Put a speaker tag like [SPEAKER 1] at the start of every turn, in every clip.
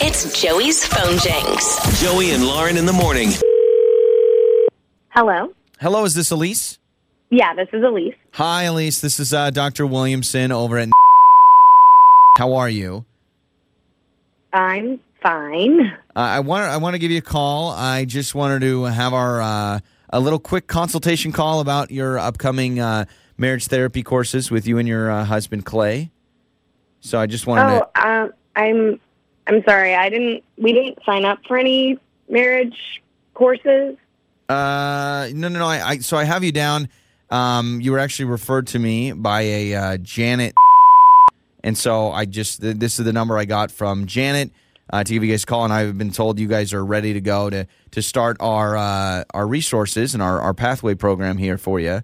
[SPEAKER 1] It's Joey's phone jinx.
[SPEAKER 2] Joey and Lauren in the morning.
[SPEAKER 3] Hello.
[SPEAKER 4] Hello, is this Elise?
[SPEAKER 3] Yeah, this is Elise.
[SPEAKER 4] Hi, Elise. This is uh, Dr. Williamson over at. How are you?
[SPEAKER 3] I'm fine.
[SPEAKER 4] Uh, I want I want to give you a call. I just wanted to have our uh, a little quick consultation call about your upcoming uh, marriage therapy courses with you and your uh, husband Clay. So I just wanted
[SPEAKER 3] Oh, um, I'm. I'm sorry. I didn't. We didn't sign up for any marriage courses.
[SPEAKER 4] to uh, no no no I, I so I have you down. Um, you were actually referred to me by a uh, Janet, and so I just th- this is the number I got from Janet. Uh, to give you guys a call, and I've been told you guys are ready to go to to start our uh, our resources and our, our pathway program here for you.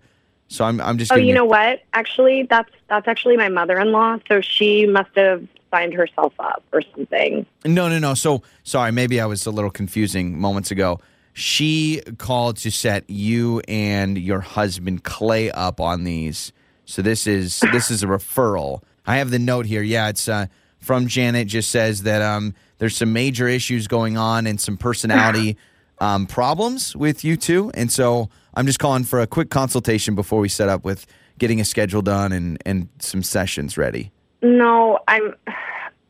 [SPEAKER 4] So I'm I'm just
[SPEAKER 3] Oh,
[SPEAKER 4] giving
[SPEAKER 3] you
[SPEAKER 4] a-
[SPEAKER 3] know what? Actually, that's that's actually my mother-in-law. So she must have signed herself up or something.
[SPEAKER 4] No, no, no. So sorry, maybe I was a little confusing moments ago. She called to set you and your husband Clay up on these. So this is this is a referral. I have the note here. Yeah, it's uh, from Janet. Just says that um, there's some major issues going on and some personality um, problems with you two, and so I'm just calling for a quick consultation before we set up with getting a schedule done and and some sessions ready.
[SPEAKER 3] No, I'm.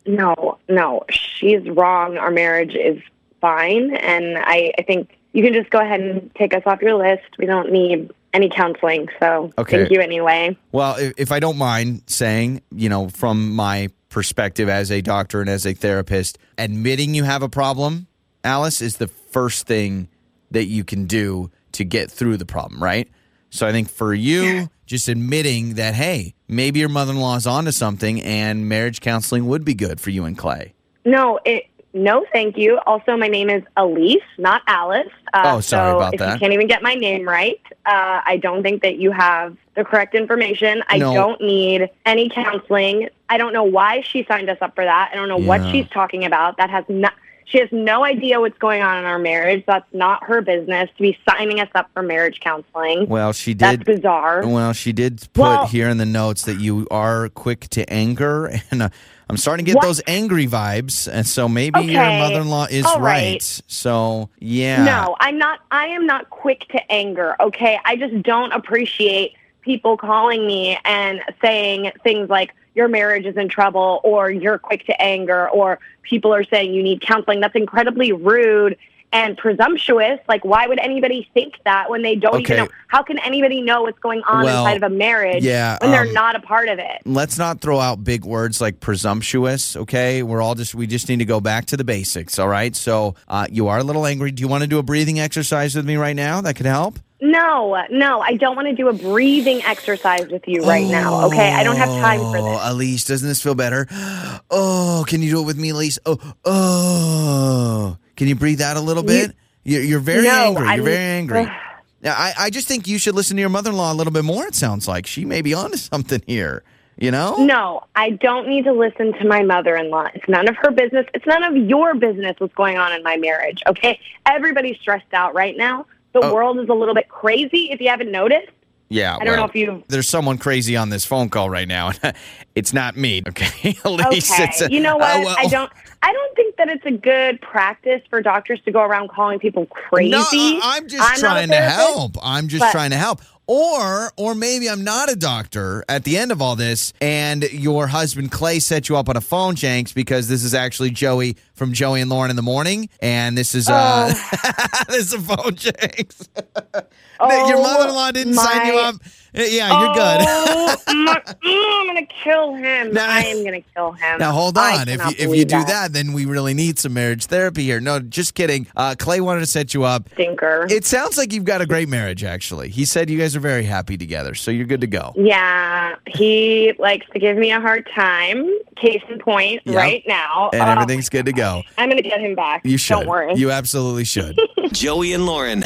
[SPEAKER 3] No, no. She's wrong. Our marriage is fine, and I, I think you can just go ahead and take us off your list. We don't need any counseling. So
[SPEAKER 4] Okay.
[SPEAKER 3] thank you anyway.
[SPEAKER 4] Well, if, if I don't mind saying, you know, from my perspective as a doctor and as a therapist, admitting you have a problem, Alice, is the first thing that you can do to get through the problem, right? So I think for you, just admitting that, hey, maybe your mother in law is onto something and marriage counseling would be good for you and Clay.
[SPEAKER 3] No, it. No, thank you. Also, my name is Elise, not Alice. Uh,
[SPEAKER 4] Oh, sorry
[SPEAKER 3] so
[SPEAKER 4] about
[SPEAKER 3] if
[SPEAKER 4] that.
[SPEAKER 3] you can't even get my name right, uh, I don't think that you have the correct information. I
[SPEAKER 4] No.
[SPEAKER 3] don't need any counseling. I don't know why she signed us up for that. I don't know
[SPEAKER 4] Yeah.
[SPEAKER 3] what she's talking about. That has not. She has no idea what's going on in our marriage. That's not her business to be signing us up for marriage counseling.
[SPEAKER 4] Well, she
[SPEAKER 3] That's
[SPEAKER 4] did.
[SPEAKER 3] bizarre.
[SPEAKER 4] Well, she did put
[SPEAKER 3] Well-
[SPEAKER 4] here in the notes that you are quick to anger, and uh, I'm starting to get
[SPEAKER 3] What?
[SPEAKER 4] those angry vibes. And so maybe your
[SPEAKER 3] Okay.
[SPEAKER 4] mother-in-law is
[SPEAKER 3] All
[SPEAKER 4] right.
[SPEAKER 3] right.
[SPEAKER 4] So yeah,
[SPEAKER 3] No, I'm not. I am not quick to anger. Okay, I just don't appreciate people calling me and saying things like your marriage is in trouble or you're quick to anger or people are saying you need counseling. That's incredibly rude and presumptuous. Like, why would anybody think that when they don't
[SPEAKER 4] Okay.
[SPEAKER 3] even know? How can anybody know what's going on
[SPEAKER 4] Well,
[SPEAKER 3] inside of a marriage
[SPEAKER 4] yeah,
[SPEAKER 3] when they're
[SPEAKER 4] um,
[SPEAKER 3] not a part of it?
[SPEAKER 4] Let's not throw out big words like presumptuous. Okay, we're all just we just need to go back to the basics. All right. So uh, you are a little angry. Do you want to do a breathing exercise with me right now? That could help.
[SPEAKER 3] No, no, I don't want to do a breathing exercise with you right now. Okay, I don't have time for
[SPEAKER 4] Oh,
[SPEAKER 3] this.
[SPEAKER 4] Elise, doesn't this feel better? Oh, can you do it with me, Elise? Oh, oh. Can you breathe out a little bit? You're, you're very
[SPEAKER 3] No,
[SPEAKER 4] angry.
[SPEAKER 3] I'm-
[SPEAKER 4] you're very angry. Now, I, I just think you should listen to your mother in law a little bit more, it sounds like. She may be onto something here, you know?
[SPEAKER 3] No, I don't need to listen to my mother in law. It's none of her business. It's none of your business what's going on in my marriage, okay? Everybody's stressed out right now. The
[SPEAKER 4] Oh.
[SPEAKER 3] world is a little bit crazy, if you haven't noticed.
[SPEAKER 4] Yeah.
[SPEAKER 3] I don't
[SPEAKER 4] well,
[SPEAKER 3] know if you.
[SPEAKER 4] There's someone crazy on this phone call right now. it's not me, okay? Elise,
[SPEAKER 3] Okay.
[SPEAKER 4] it's a-
[SPEAKER 3] you know what?
[SPEAKER 4] uh, well-
[SPEAKER 3] I don't. I don't think that it's a good practice for doctors to go around calling people crazy.
[SPEAKER 4] No, I- I'm just
[SPEAKER 3] not a
[SPEAKER 4] trying to
[SPEAKER 3] therapist.
[SPEAKER 4] help. I'm just
[SPEAKER 3] but-
[SPEAKER 4] trying to help. Or, or maybe I'm not a doctor at the end of all this, and your husband Clay set you up on a phone, Jenks, because this is actually Joey from Joey and Lauren in the morning, and this is uh, this is a phone, Jenks.
[SPEAKER 3] Oh,
[SPEAKER 4] your mother-in-law didn't sign you
[SPEAKER 3] my-
[SPEAKER 4] up. Yeah, you're good.
[SPEAKER 3] Oh, my- mm, I'm gonna kill him.
[SPEAKER 4] No.
[SPEAKER 3] I am gonna kill him.
[SPEAKER 4] Now hold
[SPEAKER 3] I
[SPEAKER 4] on. If
[SPEAKER 3] cannot
[SPEAKER 4] you, if you
[SPEAKER 3] believe
[SPEAKER 4] do that. then we really need some marriage therapy here. No, just kidding. Uh, Clay wanted to set you up.
[SPEAKER 3] stinker.
[SPEAKER 4] It sounds like you've got a great marriage, actually. He said you guys are very happy together, so you're good to go.
[SPEAKER 3] Yeah, he likes to give me a hard time. Case in point,
[SPEAKER 4] Yep.
[SPEAKER 3] right now,
[SPEAKER 4] And
[SPEAKER 3] Oh,
[SPEAKER 4] everything's good to go.
[SPEAKER 3] I'm gonna get him back.
[SPEAKER 4] You should.
[SPEAKER 3] Don't worry.
[SPEAKER 4] You absolutely should.
[SPEAKER 2] Joey and Lauren.